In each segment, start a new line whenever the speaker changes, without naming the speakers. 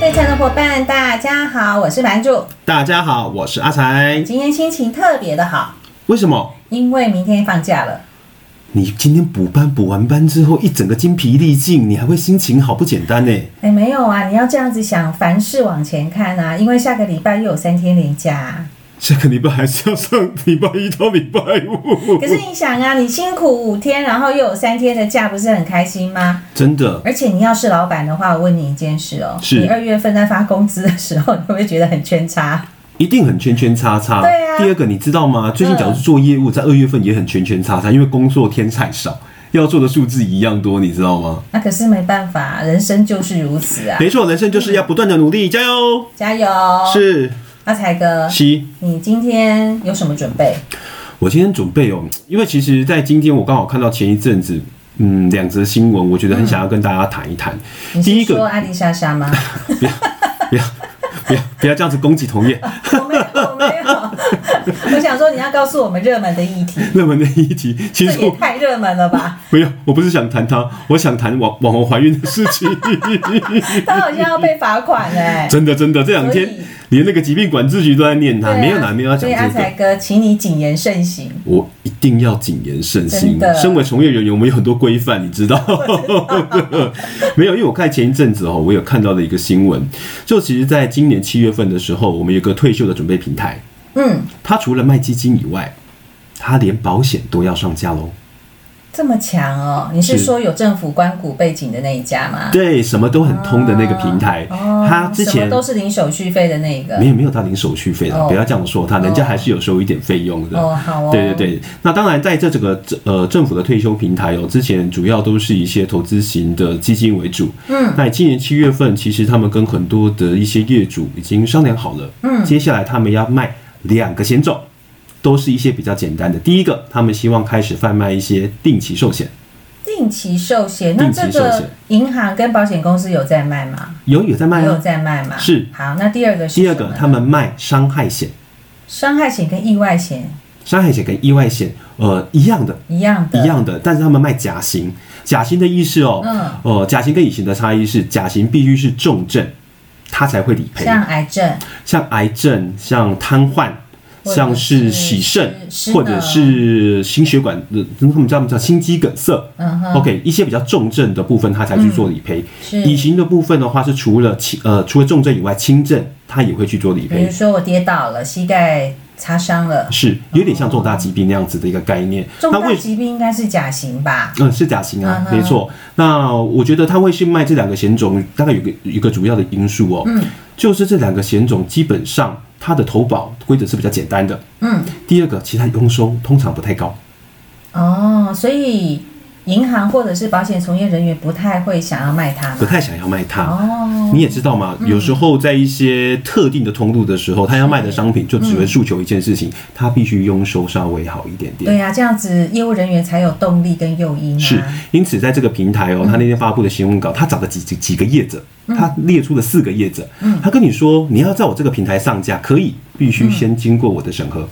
带菜的伙伴，大家好，我是白柱。
大家好，我是阿才。
今天心情特别的好，
为什么
因为明天放假了。
你今天补班补完班之后，一整个精疲力尽，你还会心情好不简单呢？
哎，没有啊，你要这样子想，凡事往前看啊，因为下个礼拜又有三天连假、啊。
下个礼拜还是要上礼拜一到礼拜五
可是你想啊，你辛苦五天，然后又有三天的假，不是很开心吗？
真的，
而且你要是老板的话，我问你一件事哦，
是
你二月份在发工资的时候，你会不会觉得很圈叉？
一定很圈圈叉叉。
对啊
第二个，你知道吗？最近假如是做业务，在二月份也很圈圈叉叉，因为工作天太少， 要做的数字一样多，你知道吗？
那、可是没办法，人生就是如此啊，
没错，人生就是要不断的努力，加油！
加油！
是
阿才哥，
七。
你今天有什么准备？
我今天准备哦，因为其实，在今天我刚好看到前一阵子，嗯，两则新闻，我觉得很想要跟大家谈一谈。
你
第一
是说
个，
阿丽莎莎吗？
不要不要不要不要这样子攻击同业，
我没有，我没有。 我想说你要告诉我们热门的议题，
热门的议题。其
这
实
也
我
太热门了吧？
没有，我不是想谈他，我想谈网网红怀孕的事 情。
他好像要被罚款哎、
真的啊真的，这两
所以
天连那个疾病管制局都在念他，
对啊
没有啦，没有要讲
所以阿
这
才
个。
哥，请你谨言慎行。
我一定要谨言慎
真
行
的。
身为从业人员，我们有很多规范，你知 道。没有，因为我看前一阵子哦，我有看到的一个新闻，就其实在今年七月份的时候，我们有个退休的准备平台，
嗯，
它除了卖基金以外，它连保险都要上架喽。
这么强哦？你是
是
说有政府关谷背景的那一家吗？
对，什么都很通的那个平台，
哦，
它之
什么
前
都是零手续费的那个
没。有没有到零手续费
哦
的，不要这样说它，人家还是有收一点费用的。
哦，好哦。
对对。对，那当然，在这整个呃政府的退休平台哦，之前主要都是一些投资型的基金为主。
嗯，
那今年七月份，其实他们跟很多的一些业主已经商量好了，
嗯
接下来他们要卖两个险种，都是一些比较简单的。第一个，他们希望开始贩卖一些定期寿险，
定期寿险，那
定期
这
寿
个
险
银行跟保险公司有在卖吗？
有有在卖
有
啊。
在卖吗？
是
好，那第二个是
第二
什
个
么，呢
他们卖伤害险，
伤害险跟意外险
伤害险跟意外险呃一样的，
一样的，
一样的，但是他们卖假型。假型的意思哦，
嗯
呃，假型跟乙型的差异是，假型必须是重症，它才会理赔，
像癌症，
像癌症、像瘫痪、
或者
像
是
是洗肾
失，
或者是心血管，呃，他们叫他们叫心肌梗塞。
嗯嗯哼
OK，一些比较重症的部分，它才去做理赔。
是，
乙型的部分的话，是除了轻呃除了重症以外，轻症它也会去做理
比如
赔，
说我跌倒了，膝盖擦伤了，
是有点像重大疾病那样子的一个概念。
重
那
大
为
疾病应该是甲型吧？
嗯，是甲型啊
嗯，哼
没错。那我觉得它会去卖这两个险种，大概有个有个主要的因素哦，
嗯
就是这两个险种基本上它的投保规则是比较简单的。
嗯，
第二个，其他佣收通常不太高，
哦，所以银行或者是保险从业人员不太会想要卖它嘛？
不太想要卖它。
哦，
你也知道嘛，有时候在一些特定的通路的时候，他要卖的商品就只
嗯
会诉求一件事情，他必须佣收稍微好一点点。
对呀、这样子业务人员才有动力跟诱因啊。
是，因此在这个平
嗯
台哦，他那天发布的新闻稿，他找了几几几个业者，他列出了四个业者，
嗯
他跟你说你要在我这个平台上架，可以，必须先经过我的审核。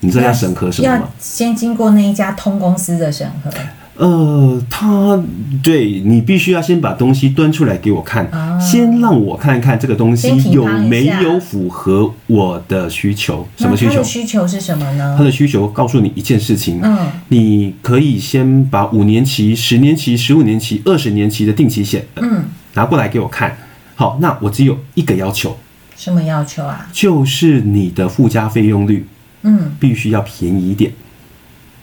你知道要审核什么
要
吗？
先经过那一家通公司的审核，
呃，他对你必须要先把东西端出来给我看，
啊
先让我看看这个东
先
西
评
有
判一
没
下
有符合我的需求，什么需
那他
求
的？需求是什么呢
他？的需求告诉你一件事情，
嗯
你可以先把五年期、十年期、十五年期、二十年期的定期险、呃
嗯，
拿过来给我看。好，那我只有一个要求，
什么要求啊？
就是你的附加费用率
嗯，
必须要便宜一点。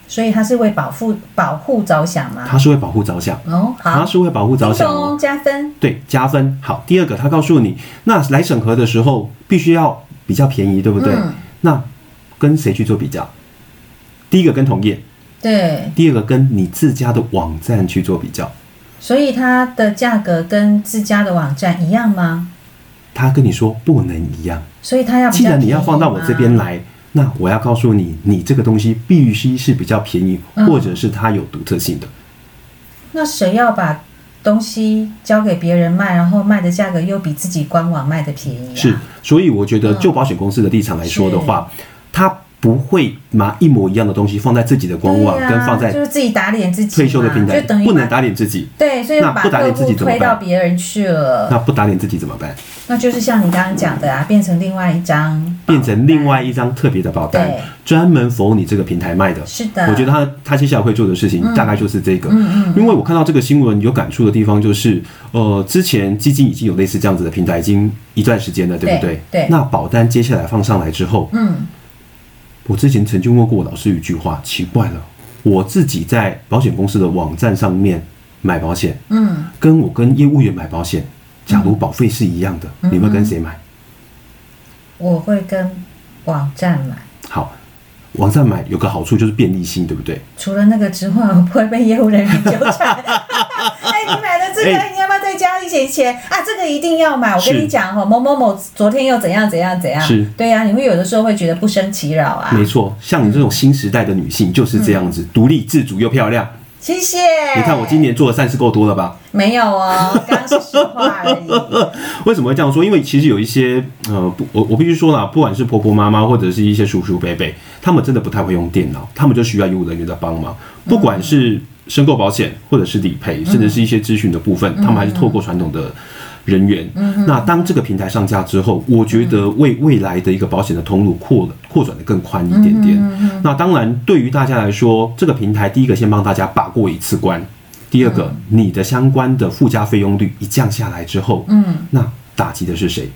所以他是为保护保护着想吗？
它是为保护着想，
哦，
它
好，
是为保护着
叮
想哦
咚。加分，
对，加分。好，第二个，他告诉你，那来审核的时候必须要比较便宜，对不对？
嗯
那跟谁去做比较？第一个跟同业，
对，
第二个跟你自家的网站去做比较。
所以它的价格跟自家的网站一样吗？
他跟你说不能一样，
所以它要比较
既然你要
便宜
放到我
吗
这边，来，那我要告诉你，你这个东西必须是比较便宜，
嗯
或者是它有独特性的。
那谁要把东西交给别人卖，然后卖的价格又比自己官网卖的便宜、啊？
是，所以我觉得就保险公司的立场来说的话，它不会拿一模一样的东西放在自己的官网，
对啊
跟放
就
在
是自己打脸自己嘛，
退休的平台
就等，于
不能
把
打脸自己。
对，所以
那
把
不打
客
脸自
户
己怎么
推
办
到别人去了，
那不打脸自己怎么办？
那就是像你刚刚讲的啊，变成另外一张，
变成另外一张特别的保单
对，
专门否你这个平台卖的。
是的，
我觉得他他接下来会做的事情大概就是这个，
嗯嗯
因为我看到这个新闻有感触的地方就是，呃，之前基金已经有类似这样子的平台，已经一段时间了，对不
对
对？
对
那保单接下来放上来之后，
嗯
我之前曾经问过我老师一句话，奇怪了，我自己在保险公司的网站上面买保险，
嗯，
跟我跟业务员买保险，假如保费是一样的，
嗯
你会跟谁买？
我会跟网站买，
好，网站买有个好处就是便利性，对不对？
除了那个之外，我不会被业务人员纠 缠。哎，你买了这个，
哎
你要不要再加一些钱啊？这个一定要买。我跟
是
你讲哦，某某某昨天又怎样怎样怎样。
是
对呀、你会有的时候会觉得不胜其扰啊。
没错，像你这种新时代的女性就是这样子，独立自主又漂亮。
谢谢。
你看我今年做的善事够多了吧？
没有哦，刚刚是实话 而已。
为什么会这样说？因为其实有一些呃，不我我必须说啦，不管是婆婆妈妈或者是一些叔叔伯伯，他们真的不太会用电脑，他们就需要业务人员的帮忙。不管是申购保险，或者是理赔，甚至是一些咨询的部分，他们还是透过传统的。人员，那当这个平台上架之后，我觉得为未来的一个保险的通路扩了扩展的更宽一点点。那当然，对于大家来说，这个平台第一个先帮大家把过一次关，第二个，你的相关的附加费用率一降下来之后，
嗯，
那打击的是谁？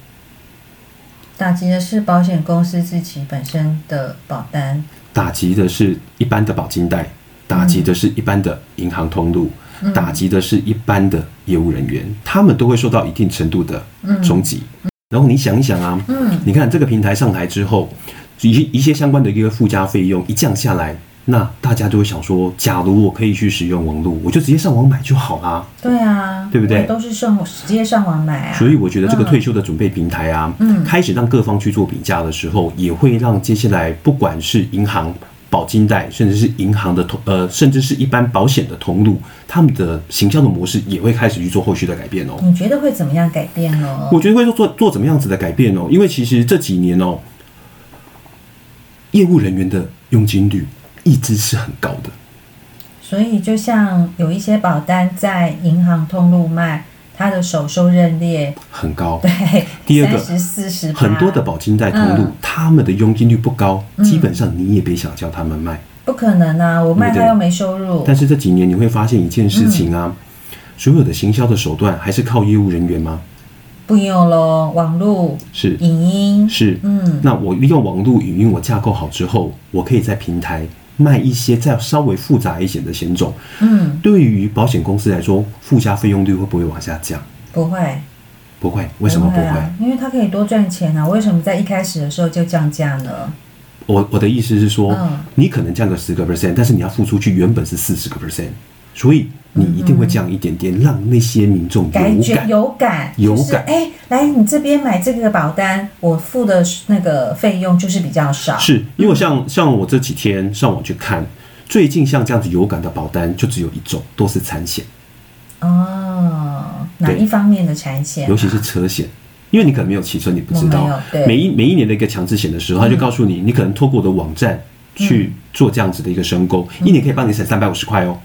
打击的是保险公司自己本身的保单。
打击的是一般的保金贷，打击的是一般的银行通路，打击的是一般的业务人员，他们都会受到一定程度的冲击。然后你想一想啊，
嗯
你看这个平台上台之后，一些一些相关的一个附加费用一降下来，那大家就会想说，假如我可以去使用网络，我就直接上网买就好啦、
对啊，
对不对
我都是上直接上网买啊。
所以我觉得这个退休的准备平台啊，
嗯
开始让各方去做比价的时候，也会让接下来不管是银行、保金贷，甚至是银行的同呃，甚至是一般保险的同路，他们的形象的模式也会开始去做后续的改变哦。
你觉得会怎么样改变呢？
我觉得会做做做怎么样子的改变哦？因为其实这几年哦，业务人员的佣金率一直是很高的。
所以就像有一些保单在银行通路卖，它的首收认列
很高，
对，
第二个
三十四十
很多的保金贷同路，
嗯
他们的佣金率不高，基本上你也别想叫他们卖。
不可能啊，我卖
对不对
它又没收入
但，是这几年你会发现一件事情啊，
嗯
所有的行销的手段还是靠业务人员吗？
不用喽，网路、
是
影音，
是，
嗯
那我利用网络语音我架构好之后，我可以在平台卖一些再稍微复杂一些的险种。
嗯，
对于保险公司来说，附加费用率会不会往下降？
不会，
不会，为什么不会？
啊？因为它可以多赚钱啊，为什么在一开始的时候就降价呢？
我我的意思是说，
嗯
你可能降个十个 percent，但是你要付出去原本是四十个 percent，所以你一定会降一点点，让那些民众有
嗯感觉
感。
有感，
有
就是
感
哎、来你这边买这个保单，我付的那个费用就是比较少，
是因为像像我这几天上网去看，最近像这样子有感的保单就只有一种，都是产险，
哦，哪
对
一方面的产险？
尤其是车险。因为你可能没有骑车，你不知
我没
道
有。对嗯
每一每一年的一个强制险的时候，他就告诉你，你可能透过我的网站去做这样子的一个申购，
嗯
一年可以帮你省三百五十块哦。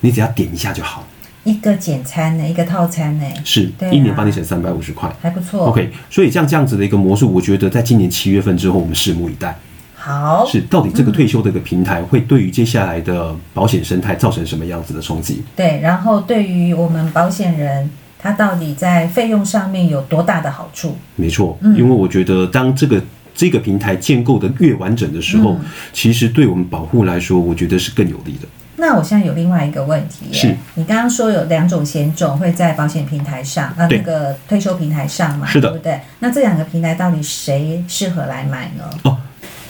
你只要点一下就好，
一个简餐呢，一个套餐呢，
是
对啊哦
一年帮你省三百五十块。
还不错。
OK，所以像这样子的一个魔术，我觉得在今年七月份之后，我们拭目以待。
好，
是到底这
嗯
个退休的一个平台会对于接下来的保险生态造成什么样子的冲击？
对。然后对于我们保险人，他到底在费用上面有多大的好处？
没错，
嗯
因为我觉得当这个这个平台建构的越完整的时候，
嗯
其实对我们保护来说，我觉得是更有利的。
那我现在有另外一个问题耶，
是
你刚刚说有两种险种会在保险平台上，啊、
对
那个退休平台上嘛，
是的
对不对？那这两个平台到底谁适合来买呢？
哦，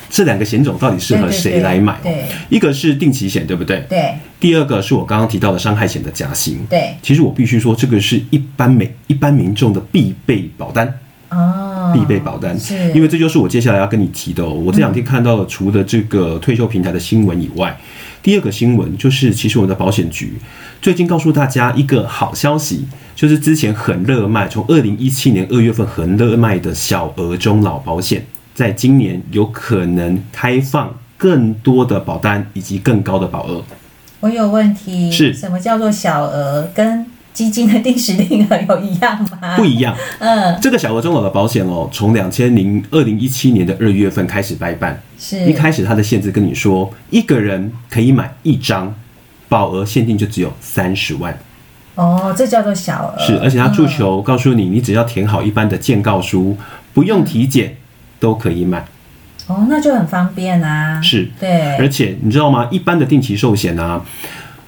这两个险种到底适合谁来买？哦
对对对
一个是定期险，对不对？
对
第二个是我刚刚提到的伤害险的假型。
对，
其实我必须说，这个是一般每一般民众的必备保单。
哦，
必备保单，
是嗯
因为这就是我接下来要跟你提的、哦。我这两天看到了，除了这个退休平台的新闻以外，第二个新闻就是，其实我们的保险局最近告诉大家一个好消息，就是之前很热卖，从二零一七年二月份很热卖的小额中老保险，在今年有可能开放更多的保单以及更高的保额。
嗯我有问题，
是
什么叫做小额？跟基金的定时定额有一样吗？
不一样，
嗯，
这个小额中保的保险哦，从两千零二零一七年的二月份开始代办，
是
一开始它的限制跟你说，一个人可以买一张，保额限定就只有三十万。
哦，这叫做小额，嗯
是，而且他助求告诉你，你只要填好一般的建告书，不用体检都可以买。
哦，那就很方便啊。
是而
对，
且你知道吗？一般的定期寿险啊，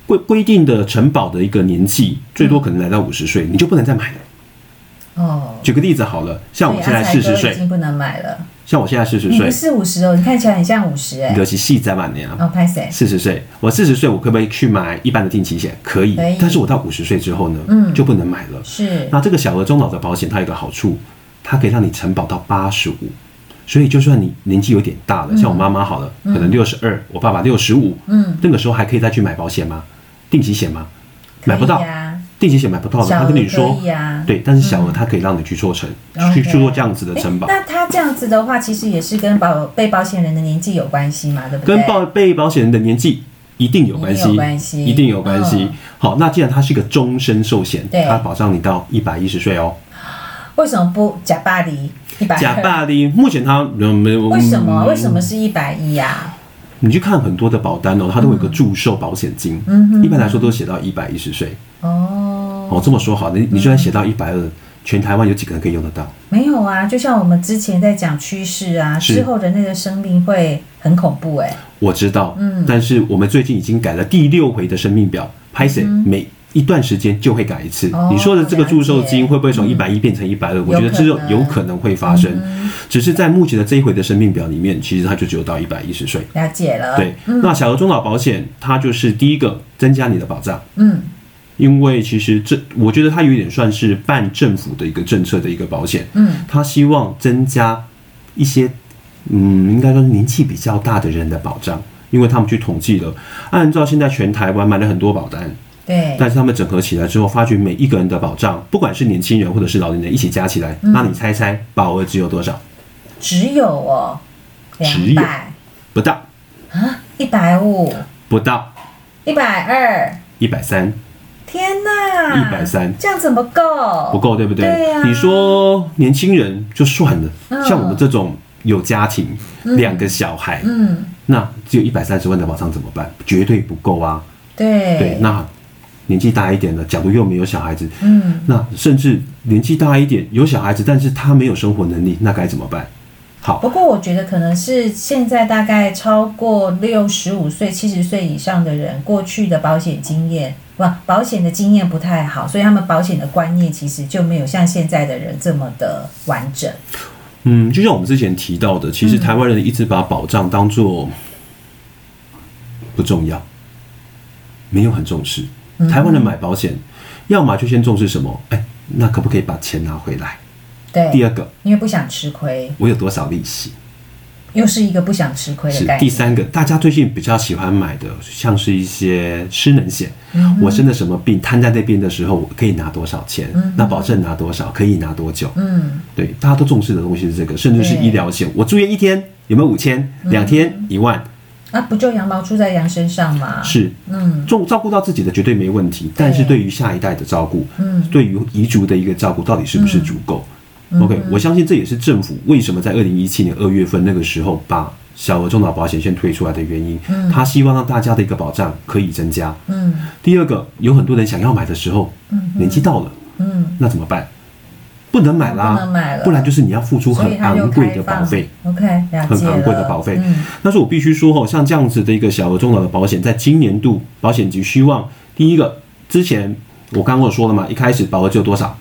规规定的承保的一个年纪，最多可能来到五十岁，你就不能再买了。
哦，
举个例子好了，像我
对
现在
阿才
四十
哥已
岁，
经不能买了。
像我现在四十
你
岁
不，是五十哦，你看起来很像五十哎。
尤其细在晚年啊，
哦，拍谁？
四十岁，我四十岁，我可不可以去买一般的定期险？可以
可以，
但是我到五十岁之后呢，
嗯
就不能买了。
是
那这个小额中老的保险，它有一个好处，它可以让你承保到八十五，所以就算你年纪有点大了，像我妈妈好了，可能六十二，我爸爸六十五，
嗯，
那个时候还可以再去买保险吗？定期险吗？买不到
可以，啊
定期险买不到的，
小
他
额
跟你说
可以，啊。
对，但是小额它可以让你去做成，去
OK
去做这样子的
诶
承保。
那他这样子的话，其实也是跟保被保险人的年纪有关系嘛，对不对？
跟报被保险人的年纪一定有关
一
系，
定有关系
一定有关系
嗯
好，那既然它是一个终身寿险，
对
它保障你到一百一十岁哦。
为什么不假巴黎一百？
假霸的，目前它没有没有嗯
为什么？为什么是一百一啊呀？
你去看很多的保单哦，它都有一个祝寿保险金，
嗯哼
一般来说都写到一百一十岁。哦
哦，，
这么说好，你你就算写到一百二，全台湾有几个人可以用得到？
没有啊，就像我们之前在讲趋势啊，
是
之后人类的生命会很恐怖哎、
我知道，
嗯
但是我们最近已经改了第六回的生命表，拍谁、每一段时间就会改一次。
哦
你说的这个祝寿
了
金
解
会不会从一百一变成一百二？我觉得这种嗯有可能会嗯发生，只是在目前的这一回的生命表里面，其实它就只有到一百一十岁。
了解了。
对，那小额中老保险，它就是第一个增加你的保障。
嗯，
因为其实这，我觉得它有点算是半政府的一个政策的一个保险，
嗯，
它希望增加一些，嗯，应该说年纪比较大的人的保障，因为他们去统计了，按照现在全台湾买了很多保单，
对，
但是他们整合起来之后，发觉每一个人的保障，不管是年轻人或者是老年人一起加起来，
嗯
那你猜猜保额只有多少？
只有哦，
只
两
有
百
不到，
啊，一百五，
不到
一百二，
一百三，
天哪，
130
这样怎么够？
不够，对不对？
对呀
你说年轻人就算了，
嗯
像我们这种有家庭、两个小孩，
嗯，
那只有一百三十万的保障怎么办？绝对不够啊！
对，
对，那年纪大一点的，假如又没有小孩子，
嗯，
那甚至年纪大一点有小孩子，但是他没有生活能力，那该怎么办？好，
不过我觉得可能是现在大概超过六十五岁、七十岁以上的人，过去的保险经验不保险的经验不太好，所以他们保险的观念其实就没有像现在的人这么的完整。
嗯，就像我们之前提到的，其实台湾人一直把保障当做不重要，没有很重视。台湾人买保险，要么就先重视什么？哎，那可不可以把钱拿回来？第
对，
二个，
因为不想吃亏，
我有多少利息？
又是一个不想吃亏的
是
概
第
念。
三个，大家最近比较喜欢买的，像是一些失能险。
嗯
我生了什么病，瘫在那边的时候，我可以拿多少钱？那保证拿多少，可以拿多久？
嗯，
对，大家都重视的东西是这个，甚至是
对嗯
医疗险。我住院一天有没有五千？两天一万？
啊，不就羊毛出在羊身上吗？，
是
嗯，
重照顾到自己的绝对没问题，但是对于下一代的照顾，
嗯
对于遗族的一个照顾，到底是不是足够、o
嗯
k 我相信这也是政府为什么在二零一七年二月份那个时候把小额中老保险先推出来的原因。
嗯
他希望让大家的一个保障可以增加。
嗯
第二个，有很多人想要买的时候，年纪到了，
嗯，
那怎么办？不能买啦，
不能买了
不然就是你要付出
所以
很
他
昂
就
贵
开
的
放
保费。
OK，了解
很
了。
昂贵的保费
嗯，
但是我必须说哦，像这样子的一个小额中老的保险，在今年度保险局希望，第一个之前我刚刚我说了嘛，一开始保额只有多少，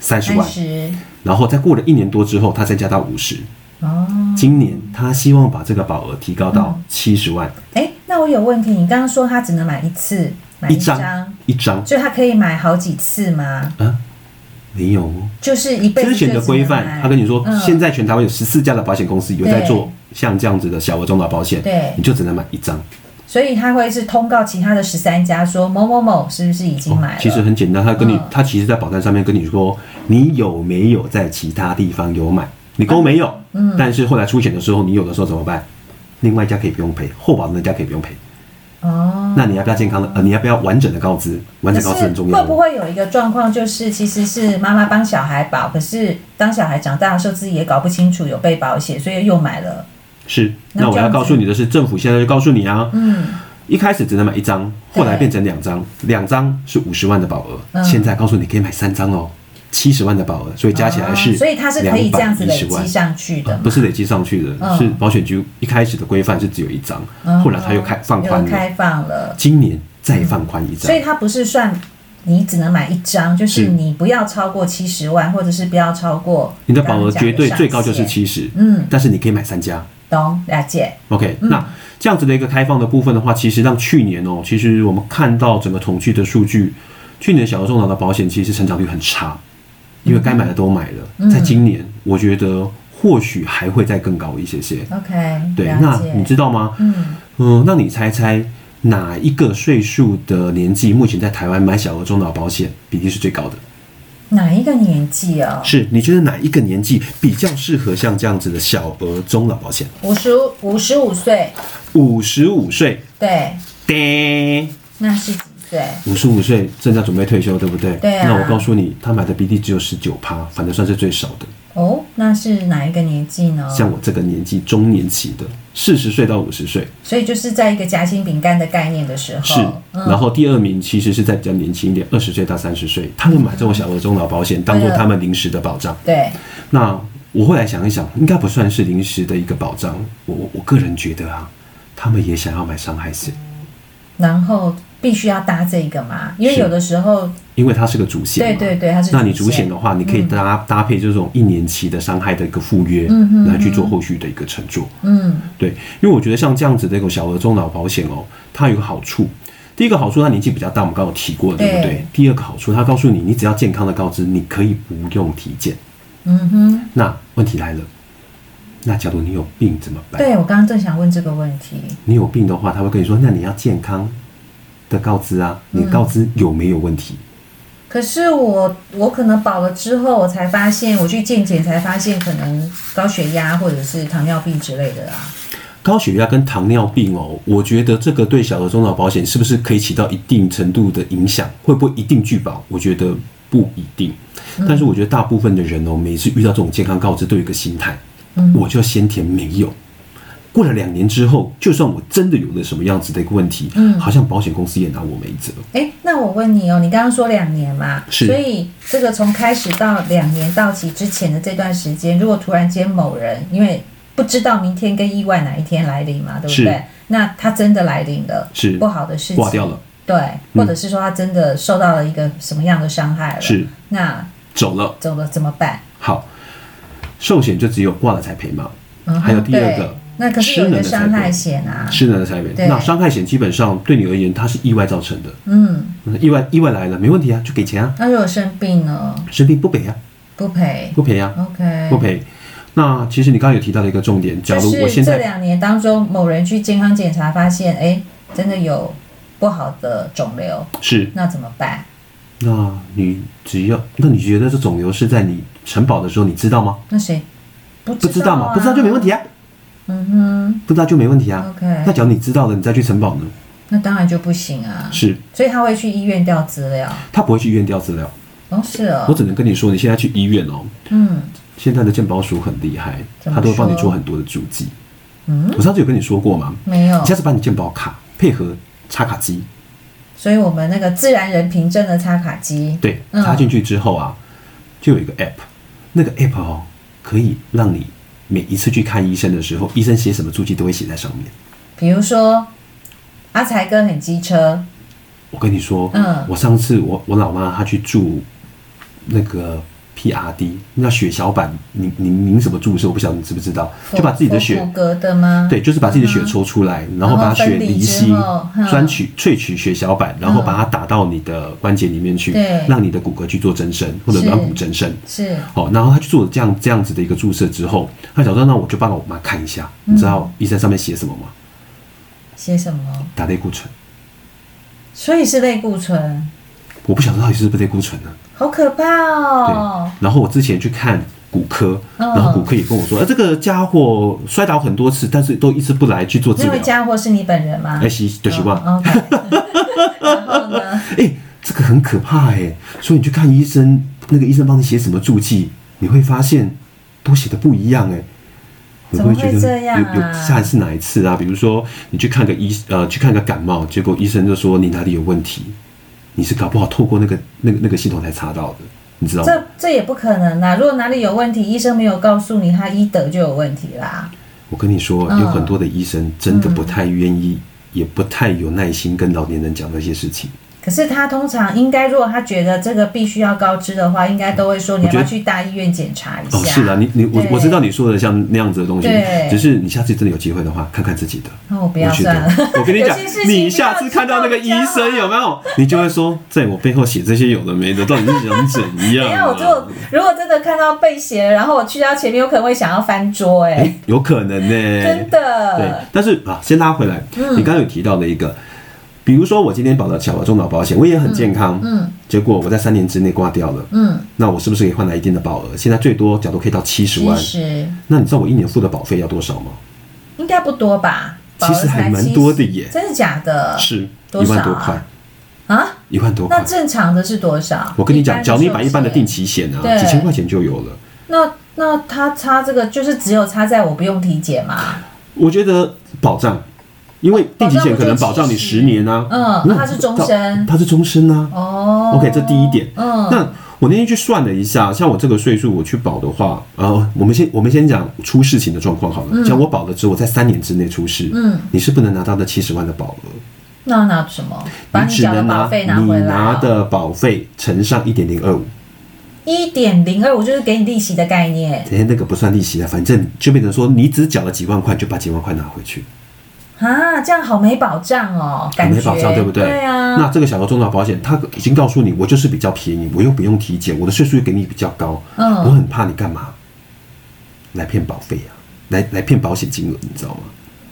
三十
三
万，
十
然后再过了一年多之后，它增加到五十，
哦。
今年他希望把这个保额提高
嗯
到七十万，
哎，那我有问题，你刚刚说他只能买一次，买
一
张，
张一张
所以他可以买好几次吗？
啊，没有哦。
就是一辈子
之前的规
就只能
范，
买
他跟你说，
嗯
现在全台湾有十四家的保险公司有在做像这样子的小额中老保险，
对
你就只能买一张。
所以他会是通告其他的十三家说某某某是不是已经买了？
哦其实很简单，他跟你
嗯，
他其实在保单上面跟你说，你有没有在其他地方有买，你勾没有，嗯，但是后来出险的时候，你有的时候怎么办？另外一家可以不用赔，厚保的那家可以不用赔。
哦，
那你要不要健康的？呃，你要不要完整的告知？完
可是
整告知很重要
会。不会有一个状况，就是其实是妈妈帮小孩保，可是当小孩长大的时候自己也搞不清楚有被保险，所以又买了。
是，
那
那我
这
要
样子
告诉你的是，政府现在就告诉你啊，
嗯，
一开始只能买一张，
对
后来变成两张，两张是五十万的保额，
嗯
现在告诉你可以买三张哦，七十万的保额，所以加起来是、
哦所以它是可以这样子累积上去的嘛，
不是累积上去的，
嗯
是保险局一开始的规范是只有一张，
嗯
后来他又开放宽
又
了，
开放了，
今年再放宽一张
所以，它不是算你只能买一张，就是
是
你不要超过七十万，或者是不要超过
你的保额绝对最高就是
刚刚讲的上限。
七十，
嗯，
但是你可以买三家。
懂了解。
OK，、那这样子的一个开放的部分的话，其实让去年哦，其实我们看到整个统计的数据，去年小额中奖的保险其实成长率很差，因为
嗯
该买的都买了。在今年，我觉得或许还会再更高一些些。
OK，
对，
了
那
解。
你知道吗？
嗯，
嗯，那你猜猜哪一个岁数的年纪，目前在台湾买小额中的保险比例是最高的？
哪一个年纪哦？
是你觉得哪一个年纪比较适合像这样子的小额中老保险？
五十五十五岁，
五十五岁，
对，
叮。
那是几岁？
五十五岁正在准备退休，对不对？
对啊
那我告诉你，他买的比例只有十九趴，反正算是最少的。
哦，那是哪一个年纪呢？
像我这个年纪中年期的，四十岁到五十岁
所以就是在一个夹心饼干的概念的时候，嗯
是，然后第二名其实是在比较年轻一点，二十岁到三十岁，他们买这种小额中老保险当做他们临时的保障。
对，
嗯那我后来想一想，应该不算是临时的一个保障。我我我个人觉得啊，他们也想要买伤害险，
然后必须要搭这个嘛，因为
是
有的时候，
因为它是个主险
对
嘛。
对对，它是嗯
那你主险的话，你可以搭搭配这种一年期的伤害的一个附约，来去做后续的一个乘坐。
嗯，
对，因为我觉得像这样子的一个小额中老保险哦，它有个好处。第一个好处，它年纪比较大，我们刚刚有提过了，对不对？
对
第二个好处，它告诉你，你只要健康的告知，你可以不用体检。
嗯哼，
那问题来了，那假如你有病怎么办？
对我刚刚正想问这个问题，
你有病的话，他会跟你说，那你要健康的告知啊，你告知有没有问题？
可是我我可能保了之后，我才发现，我去健检才发现可能高血压或者是糖尿病之类的啊，
高血压跟糖尿病哦，我觉得这个对小额中老保险是不是可以起到一定程度的影响？会不会一定拒保？我觉得不一定。但是我觉得大部分的人哦，每次遇到这种健康告知，都有一个心态，我就先填没有。过了两年之后，就算我真的有了什么样子的一个问题，好像保险公司也拿我没辙。
哎，那我问你哦，你刚刚说两年嘛，
是
所以这个从开始到两年到期之前的这段时间，如果突然间某人因为不知道明天跟意外哪一天来临嘛，对不
是
对？那他真的来临了，
是
不好的事情，
挂掉了，嗯
对，或者是说他真的受到了一个什么样的伤害了，
是，
那
走了。
走了怎么办？
好，寿险就只有挂了才赔嘛，
嗯哼，
还有第二个
对，那可是有一
吃人
个
的才
伤害
对
险啊，
失能的裁员
对。
那伤害险基本上对你而言，它是意外造成的。
嗯，
嗯意外意外来了，没问题啊，就给钱啊，
那如果生病呢，
生病不赔啊，
不赔
不赔啊，
，OK，
不赔。那其实你刚刚有提到的一个重点，假
就
如
是
我现
这
在
两年当中，某人去健康检查发现，哎，真的有不好的肿瘤，
是，
那怎么办？
那你只要，那你觉得这肿瘤是在你承保的时候，你知道吗？
那谁不
不知道
啊
嘛，不知道就没问题啊，
嗯
不知道就没问题啊。
OK
那假如你知道了，你再去承保呢？
哼，那当然就不行啊。
是，
所以他会去医院调资料。
他不会去医院调资料。
哦，是
我
哦，
只能跟你说，你现在去医院哦，
嗯
现在的健保署很厉害，
怎么
他都会帮你
说
做很多的注记。
嗯，哦
我上次有跟你说过嘛，
没有
你。下次把你健保卡配合插卡机，
所以我们那个自然人凭证的插卡机，
对，
嗯
插进去之后啊，就有一个 app，那个 app 哦，可以让你每一次去看医生的时候，医生写什么注记都会写在上面。
比如说阿才哥很机车，
我跟你说，
嗯
我上次我我老妈她去住那个 PRD，那血小板凝凝凝什么注射，我不晓得你知不知道，就把自己的血
符格的吗？
对，就是把自己的血抽出来，然后把它血离析
嗯然后分离之后嗯，嗯
专取萃取血小板，然后把它打到你的关节里面去
对，
让你的骨骼去做增生或者
是
软骨增生。
是
好，哦然后他去做了这样这样子的一个注射之后，他想说，那我就帮我妈看一下，
嗯
你知道医生上面写什么吗？
写什么？
打类固醇，
所以是类固醇，
我不晓得到底是不是类固醇呢？啊
好可怕
对
哦。，
然后我之前去看骨科，
嗯
然后骨科也跟我说，呃，这个家伙摔倒很多次，但是都一直不来去做治
那位
疗。
家伙是你本人吗？
哎，是就是我。
嗯，OK 然后呢？
哎、这个很可怕哎、所以你去看医生，那个医生帮你写什么注记，你会发现都写的不一样哎、你
怎么
会
会
觉得
这样啊
有有下一次哪一次啊？比如说你去看个医呃去看个感冒，结果医生就说你哪里有问题，你是搞不好透过那个那个那个系统才查到的，你知道吗？
这这也不可能啦！如果哪里有问题，医生没有告诉你，他医德就有问题啦。
我跟你说，
嗯
有很多的医生真的不太愿意，也不太有耐心跟老年人讲这些事情。
可是他通常应该，如果他觉得这个必须要告知的话，应该都会说你要不要
我觉
去大医院检查一下。
哦，是啦，你你我
对
我知道你说的像那样子的东西
对，
只是你下次真的有机会的话，看看自己的。
那我不要
觉
算
得
了，。
我跟你
有
讲
些事，情
你下次看到那个医生有没有，你就会说，在我背后写这些有的没的，到底是想 怎样、
等一
啊？
下我就如果真的看到被写了，然后我去到前面，有可能会想要翻桌、哎、
哎有可能呢、
真
对
的，，嗯
但是啊，先拉回来，你刚刚有提到的一个，比如说我今天保了小额中老保险，我也很健康，
嗯
结果我在三年之内挂掉了，
嗯，
那我是不是可以换来一定的保额？现在最多假如可以到七十
其
万，
实
那你知道我一年付的保费要多少吗？
应该不多吧？
其实还蛮多的耶
保额才70真的假的？
是
多
一
少啊
万多块，
啊？
一万多
那
块。
正常的是多少？
我跟你讲，
般
只要你买一般的定期险啊，
对
几千块钱就有了。
那那他差这个就是只有差在我不用体检嘛？
我觉得保障，因为定期险可能保障你十年啊，
嗯
那
它是终身
它是终身啊。
哦
OK，这第一点。
嗯，
那我那天去算了一下，像我这个岁数，我去保的话，呃，我们先我们先讲出事情的状况好了。像我保了之后，我在三年之内出事，
嗯，
你是不能拿到那七十万的保额。
那拿什么？把
只
缴的
能
保
拿
费
你
回来、
拿
哦。
的保费乘上一点零二五，
一点零二五就是给你利息的概念
哎，那个不算利息了，反正就变成说你只缴了几万块，就把几万块拿回去，
啊，这样好没保障哦，感觉
没保障，对不对？
对啊，
那这个小额中老保险，它已经告诉你，我就是比较便宜，我又不用体检，我的税数又给你比较高，
嗯
我很怕你干嘛来骗保费啊，来来骗保险金额，你知道吗？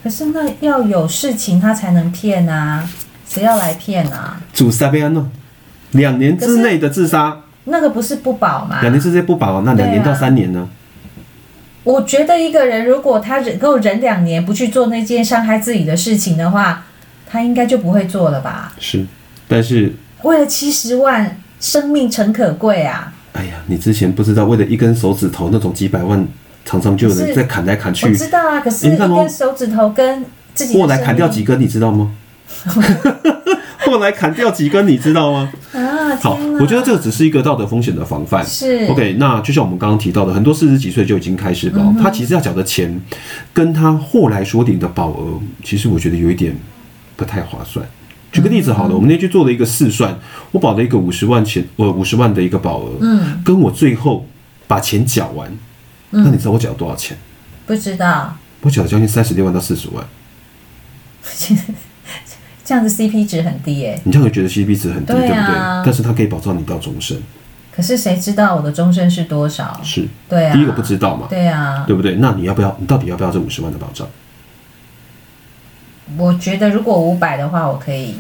可是那要有事情他才能骗啊，谁要来骗啊？
主杀被安诺，两年之内的自杀，
那个不是不保吗？
两年之内不保，那两年
对
到
啊
三年呢？
我觉得一个人如果他忍够忍两年不去做那件伤害自己的事情的话，他应该就不会做了吧？
是，但是
为了七十万，生命诚可贵啊！
哎呀，你之前不知道，为了一根手指头那种几百万，常常就有人在砍来砍
我
去，
知道啊，可是
诶
一
你看哦
根手指头跟自己的
后来砍掉
生
几根，你知 道吗？后来砍掉几根，你知道吗？
命啊！
好
天哪，
我觉得这只是一个道德风险的防范。
是
OK，那就像我们刚刚提到的，很多四十几岁就已经开始保，
嗯
他其实要缴的钱，跟他后来所领的保额，其实我觉得有一点不太划算。举个例子
嗯
好了，我们那天去做了一个试算，我保了一个五十万钱，呃，五十万的一个保额，
嗯，
跟我最后把钱缴完，那你知道我缴了多少钱？
不知道
我缴了将近三十六万到四十万，
这样子 CP 值很低耶、
你这样会觉得 CP 值很低，
对
对不对
啊？
但是它可以保障你到终身，
可是谁知道我的终身是多少？
是
对啊，
第一个不知道嘛，
对啊，
对不对？那你要不要？你到底要不要这五十万的保障？
我觉得如果五百的话，我可以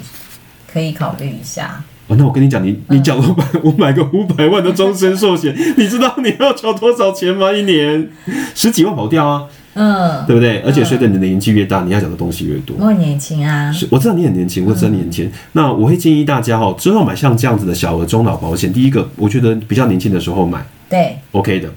可以考虑一下。
哦，那我跟你讲，你你讲我买我买个五百万的终身寿险，你知道你要交多少钱吗？一年 十几万跑不掉啊，
嗯，
对不对？而且随着你的年纪越大，你要缴的东西越多。
我很年轻啊，
是，我知道你很年轻，我知道你很年轻。那我会建议大家哦，之后买像这样子的小额中老保险，第一个，我觉得比较年轻的时候买
对，
OK 的。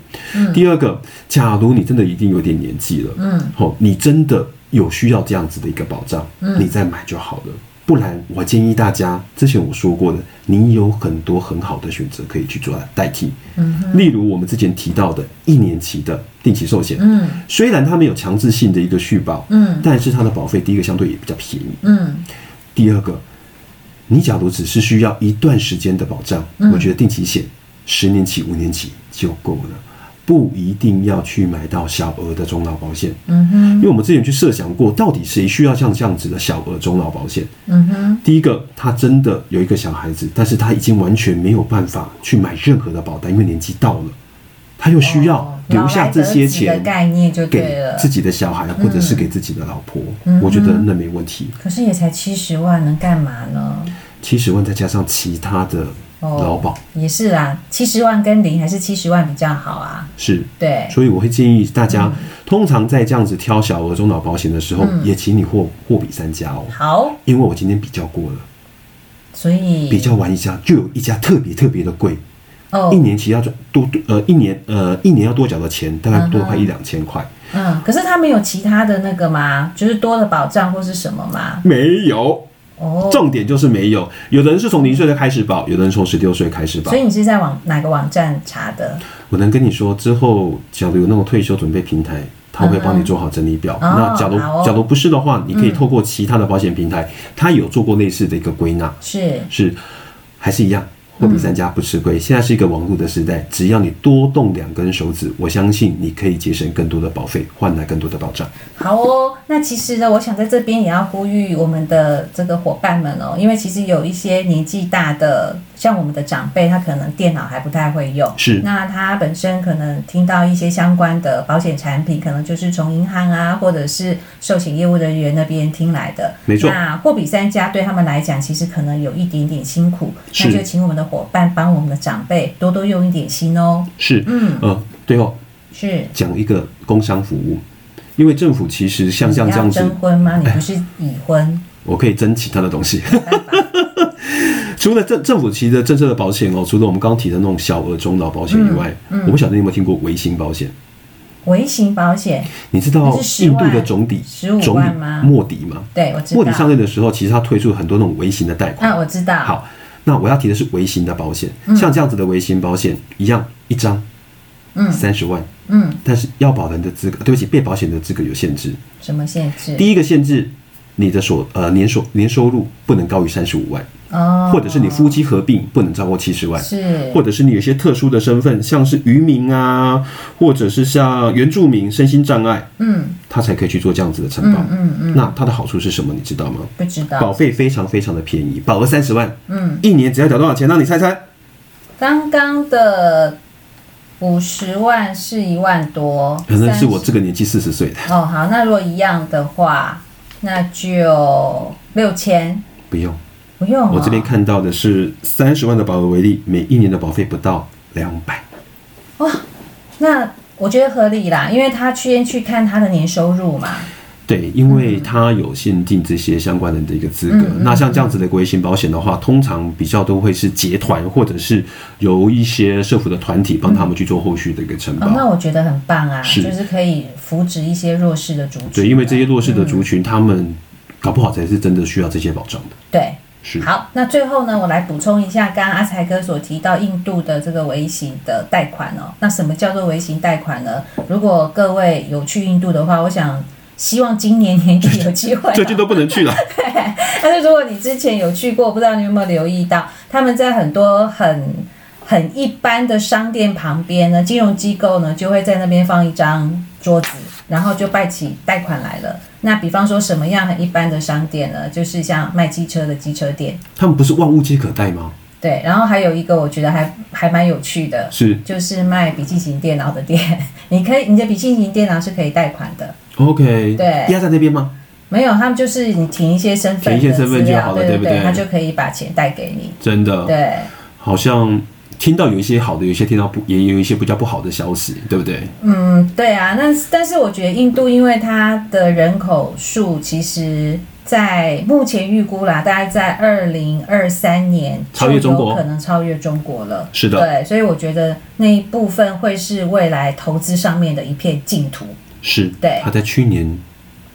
第二个，假如你真的一定有点年纪了，
嗯，
好、你真的有需要这样子的一个保障，
嗯
你再买就好了。不然，我建议大家，之前我说过的，你有很多很好的选择可以去做代替，嗯、例如我们之前提到的一年期的定期寿险，
嗯
虽然它没有强制性的一个续保，
嗯
但是它的保费第一个相对也比较便宜，
嗯
第二个，你假如只是需要一段时间的保障，
嗯
我觉得定期险十年期、五年期就够了，不一定要去买到小额的中老保险。
嗯哼
因为我们之前去设想过，到底谁需要像这样子的小额中老保险？
嗯哼，
第一个，他真的有一个小孩子，但是他已经完全没有办法去买任何的保单，因为年纪到了，他又需要
哦
留下这
老
些
来得
钱
子的概念就对
给
了嗯
自。己的小孩，或者是给自己的老婆。我觉得那没问题。
可是也才七十万，能干嘛呢？
七十万再加上其他的
哦
劳保
也是啦，七十万跟零还是七十万比较好啊。
是。
对，
所以我会建议大家，
嗯
通常在这样子挑小额中老保险的时候，也请你货货比三家哦，
好，
因为我今天比较过了，
所以
比较完一家就有一家特别特别的贵，
哦
一，年其实要赚多呃一年呃一年要多缴的钱大概多快一两千块，
嗯，可是他没有其他的那个吗？就是多的保障或是什么吗？
没有。
哦，
重点就是没有，有的人是从零岁就开始保，有的人从十六岁开始保
所。以你是在网哪个网站查的？
我能跟你说，之后假如有那种退休准备平台，他会帮你做好整理表。
嗯哦
那假如、
好哦
假如不是的话，你可以透过其他的保险平台，他有做过类似的一个归纳，
是
是还是一样。货比三家不吃亏，现在是一个网络的时代，只要你多动两根手指，我相信你可以节省更多的保费，换来更多的保障。
好哦，那其实呢，我想在这边也要呼吁我们的这个伙伴们哦，因为其实有一些年纪大的，像我们的长辈，他可能电脑还不太会用，
是
那他本身可能听到一些相关的保险产品，可能就是从银行啊，或者是寿险业务人员那边听来的，
没错
那货比三家对他们来讲，其实可能有一点点辛苦，那
是
就请我们的伙伴帮我们的长辈多多用一点心哦。
是，
嗯，
呃，最后
是。
讲一个工商服务，因为政府其实像像
你
这
要
样子，
征婚吗？你不是已 婚？
我可以争其他的东西。
没办法。
除了政政府其实的政策的保险哦，除了我们刚刚提的那种小额中老保险以外，
嗯
我不晓得你有没有听过微型保险？
微型保险，
你知道
那是10
印度
万
的总理
15
总理
万吗
莫迪吗？
对我知
莫迪上
道。
任的时候，其实他推出了很多那种微型的贷款。
啊，我知道。，
好，那我要提的是微型的保险，像这样子的微型保险一样，一张
嗯
三十万，
嗯，
但是要保人的资格，对不起，被保险的资格有限制。
什么限制？
第一个限制，你的所呃年所年收入不能高于三十五万，
哦，
或者是你夫妻合并不能超过七十万。
是
或者是你有一些特殊的身份，像是渔民啊，或者是像原住民、身心障碍，
嗯
他才可以去做这样子的承保。
嗯嗯嗯，
那它的好处是什么？你知道吗？
不知
保
道。
费非常非常的便宜，保额三十万，
嗯，
一年只要缴多少钱？让你猜猜，
刚刚的五十万是一万多，
可能是我
30
这个年纪四十岁的，
哦，好，那如果一样的话，那就六千，
不用。
不用、哦。
我这边看到的是三十万的保额为例，每一年的保费不到两百。
那我觉得合理啦，因为他去先去看他的年收入嘛。
对，因
嗯
为它有限定这些相关人的一个资格。那像这样子的微型保险的话，通常比较都会是结团或者是由一些社福的团体帮他们去做后续的一个承
哦
保。，
那我觉得很棒啊，
是
就是可以扶植一些弱势的族群。
对，因为这些弱势
嗯
的族群，他们搞不好才是真的需要这些保障的。
对，
是
好，那最后呢，我来补充一下刚刚阿才哥所提到印度的这个微型的贷款哦。那什么叫做微型贷款呢？如果各位有去印度的话，我想希望今年年底有机会、
最近都不能去了，
但是如果你之前有去过，不知道你有没有留意到，他们在很多很很一般的商店旁边呢，金融机构呢就会在那边放一张桌子，然后就办起贷款来了。那比方说什么样很一般的商店呢？就是像卖机车的机车店，
他们不是万物皆可贷吗？
对。然后还有一个我觉得还还蛮有趣的，
是
就是卖笔记型电脑的店， 你可以你的笔记型电脑是可以贷款的。
OK，
对
压在那边吗？
没有，他们就是你填一些身份
填一些
的
身份
资料
就好了
对
对不
对
对哦
他就可以把钱贷给你。
真的，
对，
好像听到有一些好的，有一些听到不，也有一些比较不好的消息，对不对？
嗯，对啊，那但是我觉得印度因为它的人口数，其实在目前预估啦，大概在二零二三年
超越中国
就有可能超越中国了。
是的
对，所以我觉得那一部分会是未来投资上面的一片净土。
是，
对
它在去年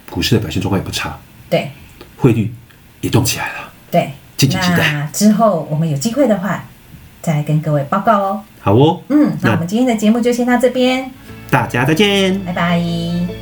股市的表现状况也不差，
对
汇率也动起来了。
对，
敬请期待
那之后我们有机会的话，再来跟各位报告哦。
好哦，
嗯，那
那
我们今天的节目就先到这边，
大家再见。
拜拜。